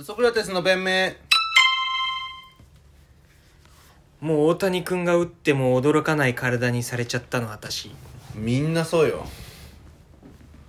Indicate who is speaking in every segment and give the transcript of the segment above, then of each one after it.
Speaker 1: ソクラテスの弁明
Speaker 2: もう大谷君が打っても驚かない体にされちゃったの私
Speaker 1: みんなそうよ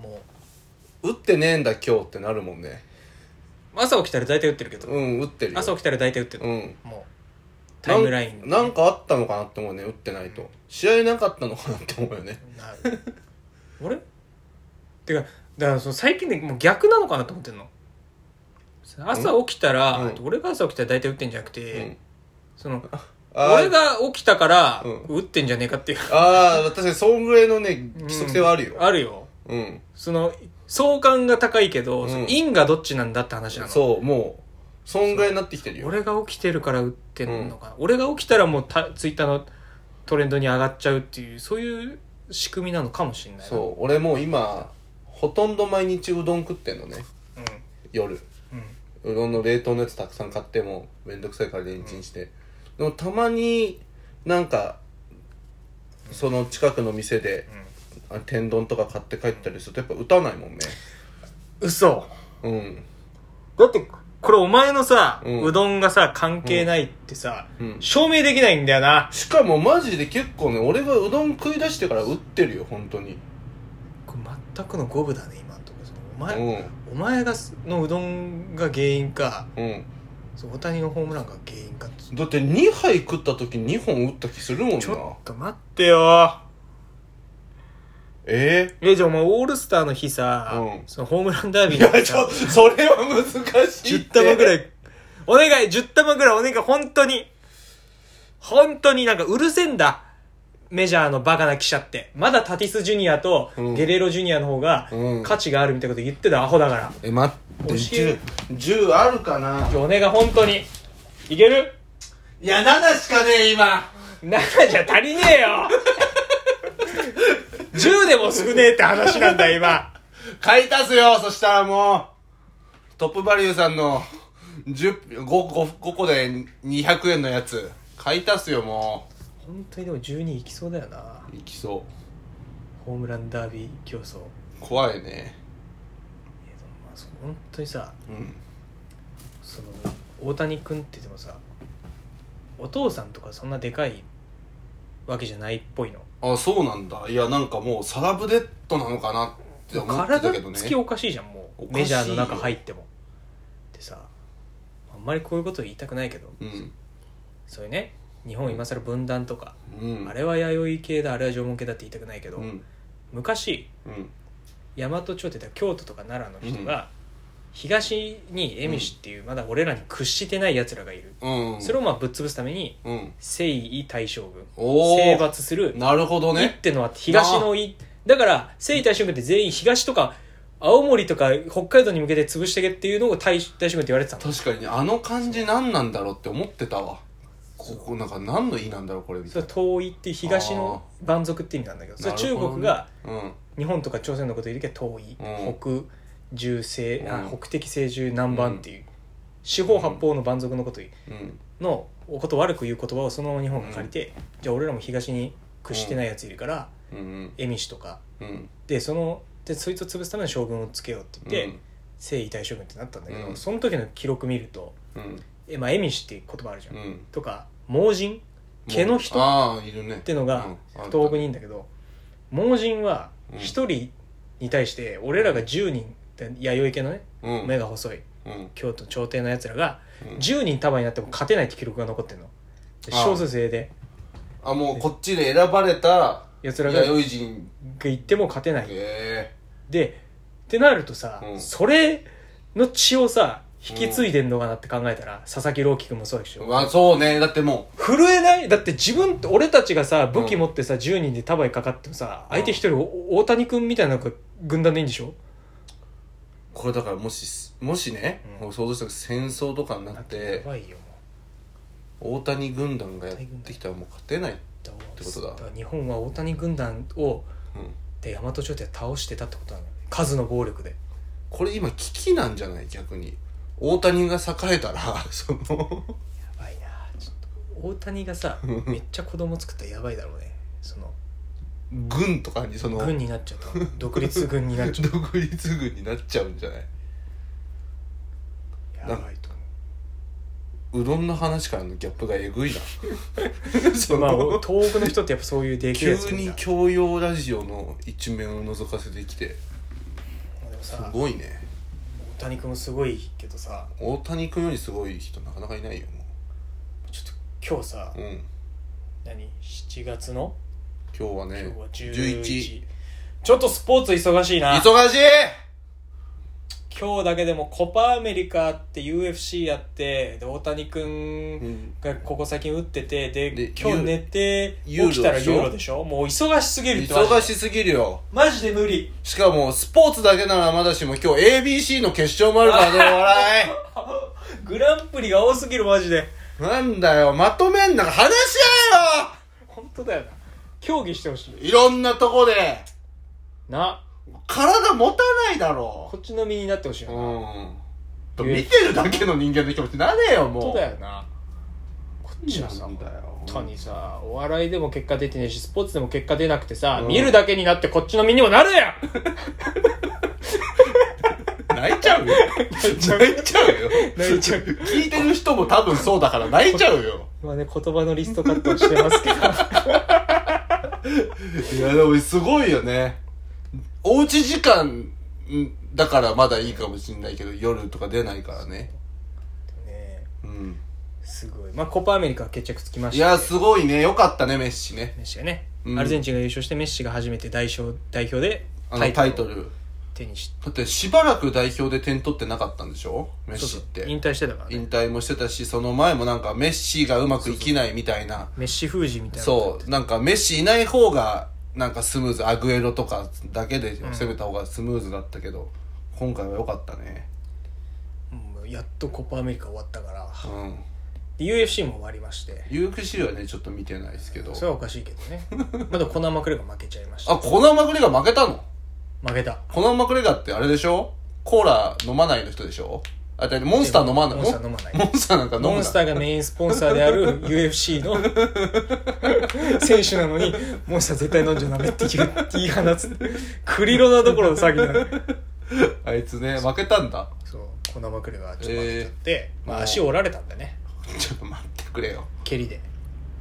Speaker 2: も
Speaker 1: 打ってねえんだ今日ってなるもんね
Speaker 2: う朝起きたら大体打ってるけど、
Speaker 1: うん打ってるよ
Speaker 2: 朝起きたら大体打ってる、
Speaker 1: うん
Speaker 2: もうタイムライン
Speaker 1: なんなんかあったのかなって思うね打ってないと試合なかったのかなって思うよね
Speaker 2: なる あれてかだからその最近でもう逆なのかなと思ってんの朝起きたら、
Speaker 1: うん
Speaker 2: 俺が朝起きたら大体打ってんじゃなくて、
Speaker 1: うん
Speaker 2: その
Speaker 1: あー
Speaker 2: 俺が起きたから
Speaker 1: うん
Speaker 2: 打ってんじゃねえかっていう、
Speaker 1: ああ確かにそんぐらいのね規則性はあるよ
Speaker 2: うんあるよ
Speaker 1: うん
Speaker 2: その相関が高いけど、
Speaker 1: うん
Speaker 2: その因がどっちなんだって話なの
Speaker 1: そうもうそんぐらいになってきてるよ
Speaker 2: 俺が起きてるから打ってんのかな、俺が起きたらもうたツイッターのトレンドに上がっちゃうっていうそういう仕組みなのかもしれないな
Speaker 1: そう俺もう今ほとんど毎日うどん食ってんのね
Speaker 2: うん
Speaker 1: 夜
Speaker 2: うん
Speaker 1: うどんの冷凍のやつたくさん買ってもめんどくさいからレンチンして、でもたまになんかその近くの店で
Speaker 2: うん
Speaker 1: あ天丼とか買って帰ったりするとやっぱ打たないもんね
Speaker 2: 嘘
Speaker 1: うん
Speaker 2: だって、これお前のさ、
Speaker 1: うん
Speaker 2: うどんがさ、関係ないってさ、
Speaker 1: うん
Speaker 2: 証明できないんだよな。
Speaker 1: しかもマジで結構ね俺がうどん食い出してから打ってるよ本当に
Speaker 2: これ全くの五分だね、今のところ。そのお
Speaker 1: う
Speaker 2: 前、
Speaker 1: ん
Speaker 2: お前がす、のうどんが原因か、
Speaker 1: うん
Speaker 2: そう大谷のホームランが原因かって
Speaker 1: だって2杯食った時2本打った気するもんな
Speaker 2: ちょっと待ってよ。
Speaker 1: え
Speaker 2: え、じゃあお前、オールスターの日さ、
Speaker 1: うん
Speaker 2: そのホームランダービ
Speaker 1: え
Speaker 2: ーの
Speaker 1: いや
Speaker 2: 日
Speaker 1: ち
Speaker 2: さ
Speaker 1: ょ、それは難しいって
Speaker 2: 10玉ぐらい、お願い、10玉ぐらいお願い、本当に。本当になんかうるせえんだ。メジャーのバカな記者って。まだタティスジュニアと
Speaker 1: うん
Speaker 2: ゲレーロジュニアの方が
Speaker 1: うん
Speaker 2: 価値があるみたいなこと言ってたアホだから。
Speaker 1: え待って
Speaker 2: 教える
Speaker 1: 10, 10あるかな
Speaker 2: お願い、本当に。いける
Speaker 1: いや7しかねえ今
Speaker 2: ?7 じゃ足りねえよ !10 でも少ねえって話なんだ、今。
Speaker 1: 買い足すよそしたらもうトップバリューさんの10 5, 5, 5個で200円のやつ買い足すよも
Speaker 2: 本当にでも12いきそうだよな。
Speaker 1: ういきそう
Speaker 2: ホームランダービー競争。い
Speaker 1: 怖いね
Speaker 2: やでもまあそう本当にさ、
Speaker 1: うん
Speaker 2: その大谷君って言ってもさお父さんとかそんなでかいわけじゃないっぽいの
Speaker 1: あそうなんだいやなんかもうサラブデッドなのかなって思ってたけど
Speaker 2: 体
Speaker 1: ね
Speaker 2: つきおかしいじゃんも
Speaker 1: お
Speaker 2: う
Speaker 1: かしいよ
Speaker 2: メジャーの中入ってもでさあんまりこういうこと言いたくないけど
Speaker 1: うん
Speaker 2: そういうね日本今更分断とか、
Speaker 1: うん
Speaker 2: あれは弥生系だあれは縄文系だって言いたくないけど、
Speaker 1: うん
Speaker 2: 昔
Speaker 1: うん
Speaker 2: 大和町って言ったら京都とか奈良の人が、東に蝦夷っていうまだ俺らに屈してない奴らがいる、
Speaker 1: うん
Speaker 2: それをまあぶっ潰すために
Speaker 1: うん
Speaker 2: 征夷大将軍
Speaker 1: お
Speaker 2: 征
Speaker 1: お
Speaker 2: 伐する
Speaker 1: なるほど
Speaker 2: いっ
Speaker 1: ね
Speaker 2: てのは東のいだから征夷大将軍って全員東とか青森とか北海道に向けて潰してけっていうのを大大将軍って言われてたの
Speaker 1: 確かにねあの感じ何なんだろうって思ってたわここなんか何の意なんだろうこれみ
Speaker 2: そ
Speaker 1: たい
Speaker 2: れは遠いっていう東の蛮族って意味なんだけどそれ
Speaker 1: な
Speaker 2: は中国が
Speaker 1: なるほどね
Speaker 2: 日本とか朝鮮のこと言う時は遠い、
Speaker 1: う
Speaker 2: 北中西、あ
Speaker 1: うん
Speaker 2: 北敵西中南蛮っていう、四方八方の蛮族のこと言う
Speaker 1: うんうん
Speaker 2: のおことを悪く言う言葉をそのまま日本が借りて、じゃあ俺らも東に屈してないやついるから
Speaker 1: うん
Speaker 2: 蝦夷、とか
Speaker 1: うん
Speaker 2: でそのでそいつを潰すための将軍をつけようって言って、
Speaker 1: うん
Speaker 2: 征夷大将軍ってなったんだけど、
Speaker 1: うん
Speaker 2: その時の記録見ると
Speaker 1: うん
Speaker 2: えまあ蝦夷っていう言葉あるじゃん、
Speaker 1: うん
Speaker 2: とか盲人毛の人っ
Speaker 1: ああいるね
Speaker 2: てのが
Speaker 1: うんあった
Speaker 2: 東北にいるんだけど、盲人は
Speaker 1: うん
Speaker 2: 1人に対して俺らが10人で弥生系のね
Speaker 1: うん
Speaker 2: 目が細い
Speaker 1: うん
Speaker 2: 京都朝廷のやつらが
Speaker 1: うん
Speaker 2: 10人束になっても勝てないって記録が残ってるので
Speaker 1: あー
Speaker 2: 少数制で
Speaker 1: あもうこっちで選ばれた
Speaker 2: やつらが
Speaker 1: 弥生人
Speaker 2: 行っても勝てない
Speaker 1: へ
Speaker 2: でってなるとさ、
Speaker 1: うん
Speaker 2: それの血をさ引き継いでんのかなって考えたら、佐々木朗希君もそうでし
Speaker 1: え
Speaker 2: ょ
Speaker 1: うわそうねだっても
Speaker 2: 震えないだって自分俺たちがさ武器持ってさ、10人で束にかかってもさ相手一人、お大谷君みたいなのが軍団でいいんでしょ
Speaker 1: うこれだからもしもしね
Speaker 2: うん
Speaker 1: もう想像したら戦争とかになって
Speaker 2: やばいよも
Speaker 1: 大谷軍団がやってきたらもう勝てないうてことだ
Speaker 2: から日本は大谷軍団を
Speaker 1: うん
Speaker 2: で大和朝廷は倒してたってことなのよ数の暴力で
Speaker 1: これ今危機なんじゃない逆に大谷が栄えたら その
Speaker 2: やばいなちょっと大谷 がさめっちゃ子供作ったらやばいだろうねその
Speaker 1: 軍とかにその
Speaker 2: 軍になっちゃった独立軍になっちゃっ
Speaker 1: 独立軍になっちゃうんじゃない
Speaker 2: た長いと
Speaker 1: うどんの話からのギャップがえぐいな そ
Speaker 2: 思うまあ
Speaker 1: の
Speaker 2: 東北の人ってやっぱそういうでけ
Speaker 1: 急
Speaker 2: えやつ
Speaker 1: に
Speaker 2: 見た
Speaker 1: 教養ラジオの一面を覗かせてきて
Speaker 2: でも
Speaker 1: す
Speaker 2: さ
Speaker 1: ごいね
Speaker 2: 大谷君もすごいけどさ
Speaker 1: 大谷君よりすごい人なかなかいないよも
Speaker 2: ちょっと今日さ
Speaker 1: ううん
Speaker 2: 何7月の
Speaker 1: 今日はね
Speaker 2: 今日は11
Speaker 1: 11
Speaker 2: ちょっとスポーツ忙しいな
Speaker 1: 忙しい
Speaker 2: 今日だけでもコパアメリカあって UFC やってで大谷君
Speaker 1: ん
Speaker 2: がここ最近打っててで
Speaker 1: で
Speaker 2: 今
Speaker 1: ユ
Speaker 2: 日
Speaker 1: ー
Speaker 2: 寝て
Speaker 1: ユーロ
Speaker 2: 起きたら
Speaker 1: でしょ
Speaker 2: ユーロでしょもう忙しすぎるってマジで
Speaker 1: 忙しすぎるよ
Speaker 2: マジで無理
Speaker 1: しかもスポーツだけならまだしも今日 ABC の決勝もある からね笑い
Speaker 2: グランプリが多すぎるマジで
Speaker 1: なんだよ、まとめんな、話し合
Speaker 2: 本当だよな競技してほしい
Speaker 1: えよいろんなとこで、
Speaker 2: な
Speaker 1: 体持たないだろ
Speaker 2: こっちの身になってほしいよ
Speaker 1: う。う
Speaker 2: な、
Speaker 1: ん。
Speaker 2: 言え
Speaker 1: 見てるだけの人間の気持ちなれよ、もう。
Speaker 2: 本当だよなこっちはさ
Speaker 1: なん
Speaker 2: 本
Speaker 1: だよ。
Speaker 2: 当にさお笑いでも結果出てねえしスポーツでも結果出なくてさ、
Speaker 1: うん
Speaker 2: 見るだけになってこっちの身にもなるやん
Speaker 1: 泣いちゃうよ。泣いちゃうよ。
Speaker 2: 泣いちゃう
Speaker 1: 聞いてる人も多分そうだから泣いちゃうよ。
Speaker 2: まあね言葉のリストカットをして ますけど
Speaker 1: いや、でもすごいよね。おうち時間だからまだいいかもしんないけど、夜とか出ないからね。
Speaker 2: ね
Speaker 1: うん。
Speaker 2: すごいまあコパアメリカは決着つきま
Speaker 1: い
Speaker 2: した
Speaker 1: や、すごいね。よかったね、メッシね。
Speaker 2: メッシがね、
Speaker 1: うん
Speaker 2: アルゼンチンが優勝してメッシが初めて代表代表で
Speaker 1: あの、タイト
Speaker 2: を
Speaker 1: ル。
Speaker 2: 手にし
Speaker 1: だってしばらく代表で点取ってなかったんでしょメッ
Speaker 2: そう
Speaker 1: シ
Speaker 2: そ
Speaker 1: っ
Speaker 2: う
Speaker 1: て
Speaker 2: 引退してたから、ね、
Speaker 1: 引退もしてたしその前もなんかメッシがうまくいきないみたいな
Speaker 2: メッシ封じみたいな
Speaker 1: そうなんかメッシいない方がなんかスムーズアグエロとかだけで攻めた方がスムーズだったけど、今回は良かったね
Speaker 2: うん、やっとコパアメリカ終わったから
Speaker 1: うん
Speaker 2: で UFC も終わりまして
Speaker 1: 有クシーはねちょっと見てないですけど
Speaker 2: それはおかしいけどねまだコナン・マクレガー負けちゃいました
Speaker 1: あコナン・マクレガー負けたの
Speaker 2: 負けた
Speaker 1: コナン・マクレガーってあれでしょコーラ飲まないの人でしょあだってモンスター飲まない
Speaker 2: モンスター飲まない
Speaker 1: モンスターなんか飲むな
Speaker 2: モンスターがメインスポンサーである UFC の選手なのにモンスター絶対飲んじゃダメって言う言い放つクリロナどころの詐欺なのに
Speaker 1: あいつね負けたんだ
Speaker 2: そうコナン・マクレガーちょっと負けちゃって、まあ、足折られたんだね
Speaker 1: ちょっと待ってくれよ
Speaker 2: 蹴りで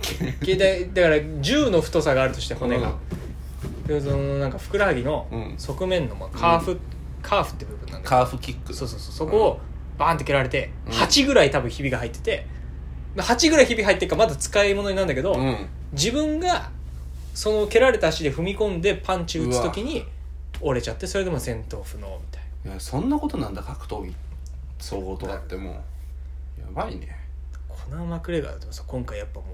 Speaker 2: 蹴りでだから銃の太さがあるとして骨が、でそのなんかふくらはぎの
Speaker 1: うん
Speaker 2: 側面のまあカーフ、カーフって部分なんだけど
Speaker 1: カーフキック
Speaker 2: そうそうそうそこをバーンって蹴られて、
Speaker 1: うん
Speaker 2: 8ぐらい多分ひびが入ってて8ぐらいひび入ってるからまだ使い物になるんだけど、
Speaker 1: うん
Speaker 2: 自分がその蹴られた足で踏み込んでパンチ打つ時に折れちゃってそれでも戦闘不能みたいない
Speaker 1: やそんなことなんだ格闘技総合とかってもうやばいね
Speaker 2: コナー・マクレガーでもさ今回やっぱもう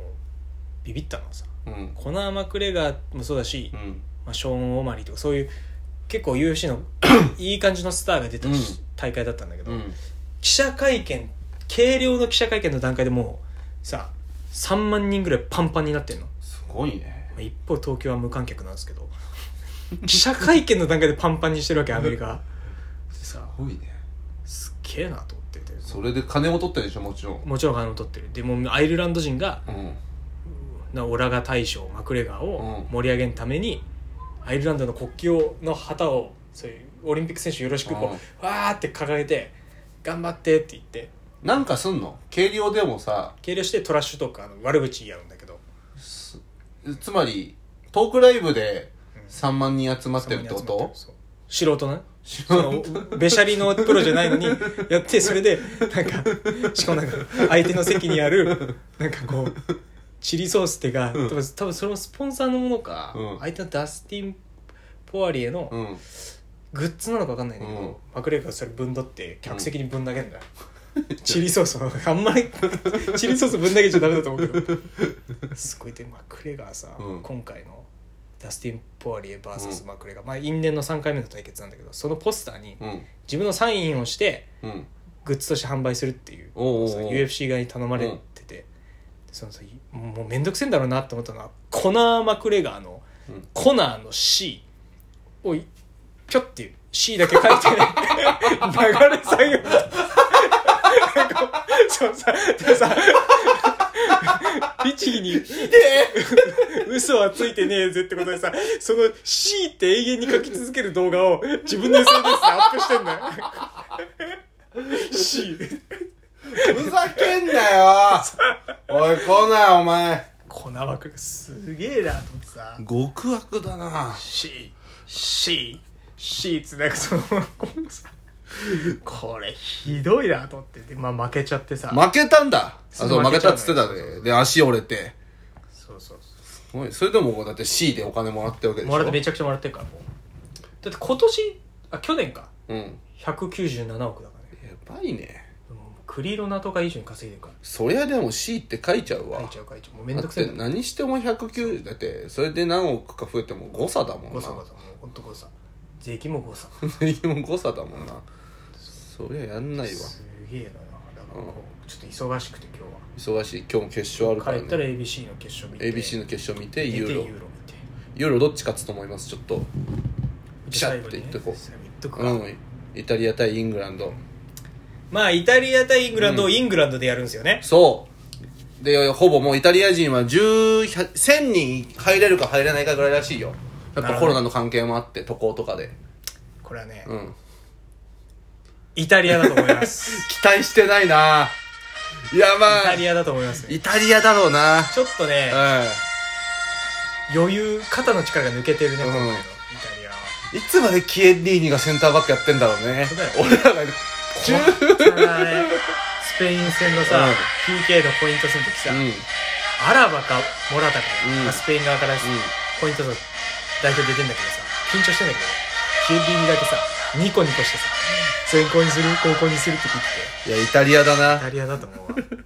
Speaker 2: ビビったのはさ
Speaker 1: うん
Speaker 2: コナー・マクレガーもそうだし、
Speaker 1: うん
Speaker 2: まあ、ショーン・オマリーとかそういう結構 UFC のいい感じのスターが出たし
Speaker 1: う
Speaker 2: 大会だったんだけど、
Speaker 1: うん
Speaker 2: 記者会見軽量の記者会見の段階でもうさ3万人ぐらいパンパンになってんの
Speaker 1: すごいね
Speaker 2: まあ一方東京は無観客なんですけど記者会見の段階でパンパンにしてるわけアメリカでさ
Speaker 1: すごいね
Speaker 2: すっげえなと思ってて
Speaker 1: それで金を取ってるでしょもちろん
Speaker 2: もちろん金を取ってるでもアイルランド人が
Speaker 1: うん
Speaker 2: なオラガ大将マクレガーを
Speaker 1: うん
Speaker 2: 盛り上げるために、アイルランドの国旗をの旗をそういうオリンピック選手よろしくこうわーって掲げて頑張ってって言って
Speaker 1: なんかすんの軽量でもさ
Speaker 2: 計量してトラッシュとかの悪口言い合うんだけど
Speaker 1: つまりトークライブで3万人集まってるってこ
Speaker 2: その
Speaker 1: と
Speaker 2: やつそう素人ね
Speaker 1: 知
Speaker 2: そ
Speaker 1: らん
Speaker 2: のべしゃりのプロじゃな いのにやってそれでなんかしかもなんか相手の席にあるなんかこうチリソースってが多分多分それもスポンサーのものか、
Speaker 1: うん
Speaker 2: 相手のダスティン・ポワリエの
Speaker 1: うん
Speaker 2: グッズなのか分かんないんだけど、
Speaker 1: うん
Speaker 2: マクレーがそれぶんどって客席にぶん投げんだよ、チリソースをあん まりチリソースぶん投げちゃダメだと思うけどすごいでマクレガーさ、
Speaker 1: うん
Speaker 2: 今回のダスティン・ポワリエ VS マクレガー、まあ因縁の3回目の対決なんだけどそのポスターに
Speaker 1: うん
Speaker 2: 自分のサインをして
Speaker 1: うん
Speaker 2: グッズとして販売するっていう
Speaker 1: おうおうおう
Speaker 2: その UFC 側に頼まれてて、そのさもうめんどくせえんだろうなと思ったのはコナー・マクレガーの
Speaker 1: うん
Speaker 2: コナーの C をいぴょっていう C だけ書いて流れ作業そうさでさ律儀に嘘はついてねえぜってことでさその C って永遠に書き続ける動画を自分の SNS でアップしてんだよ C
Speaker 1: ふざけんなよ おい、来ない、お前。
Speaker 2: 粉枠がすげえなと思ってさ
Speaker 1: 極悪だな。
Speaker 2: C C C つなぐそのこのさこれひどいなと思ってでまあ負けちゃってさ、
Speaker 1: 負けたんだ。あ、そう、負
Speaker 2: 負
Speaker 1: け
Speaker 2: け
Speaker 1: た
Speaker 2: た
Speaker 1: っつってたね。で、足折れて。
Speaker 2: そうそうそ
Speaker 1: すごいそれでもこうだって C でお金もらってるわけ
Speaker 2: う
Speaker 1: でしょ
Speaker 2: もらってめちゃくちゃもらってるからもうだって今年あ去年か
Speaker 1: うん
Speaker 2: 197億だからね
Speaker 1: やばいね
Speaker 2: もうクリロナとか以上に稼いでるか
Speaker 1: そりゃでも C って書いちゃう
Speaker 2: ら
Speaker 1: わ
Speaker 2: 会長会長もうめんどくせえ
Speaker 1: だっ
Speaker 2: ん
Speaker 1: て
Speaker 2: だ
Speaker 1: 何しても109だってそれで何億か増えても誤差だもんな
Speaker 2: 誤 差誤差もうほんと誤差税金も誤差
Speaker 1: 何も誤差だもんなそりゃやんないわ
Speaker 2: すげえなだからこうちょっと忙しくて今日
Speaker 1: 忙しい今日も決勝あるか
Speaker 2: は
Speaker 1: ら
Speaker 2: 帰った
Speaker 1: ね
Speaker 2: ら ABC の決勝見て
Speaker 1: ABC の決勝見て
Speaker 2: 見て
Speaker 1: ユー
Speaker 2: ユー
Speaker 1: ロ
Speaker 2: ロ見て
Speaker 1: ユーロどっち勝つと思いますちょっとピシャッて言っとこう
Speaker 2: 最後にね最後言っとく
Speaker 1: う
Speaker 2: か
Speaker 1: んイタリア対イングランド
Speaker 2: まあイタリア対イングランドを
Speaker 1: うん
Speaker 2: イングランドでやるんですよね、
Speaker 1: そうでほぼもうイタリア人は10 100 1000人入れるか入れないかぐらいらしいよやっぱコロナの関係もあって渡航とかで
Speaker 2: これはね、
Speaker 1: うん
Speaker 2: イタリアだと思います
Speaker 1: 期待してないないやま
Speaker 2: イ
Speaker 1: あ
Speaker 2: タリアだと思いますね
Speaker 1: イタリアだろうな
Speaker 2: ちょっとね余裕肩の力が抜けてるね、
Speaker 1: うん
Speaker 2: 今回のイタリアは
Speaker 1: うんいつまでキエリーニがセンターバックやってんだろうね
Speaker 2: そうだよ
Speaker 1: 俺らが
Speaker 2: このあれスペイン戦のさ、
Speaker 1: うん
Speaker 2: PK のポイントするときさ、
Speaker 1: うん
Speaker 2: アラバかモラタか、
Speaker 1: うん
Speaker 2: まあスペイン側からポイントの代表出てんだけどさ緊張してんだけどキエリーニだけさニコニコしてさ先行にする高校にするって聞いて
Speaker 1: いやイタリアだ
Speaker 2: イ
Speaker 1: な
Speaker 2: タリアだと思うわ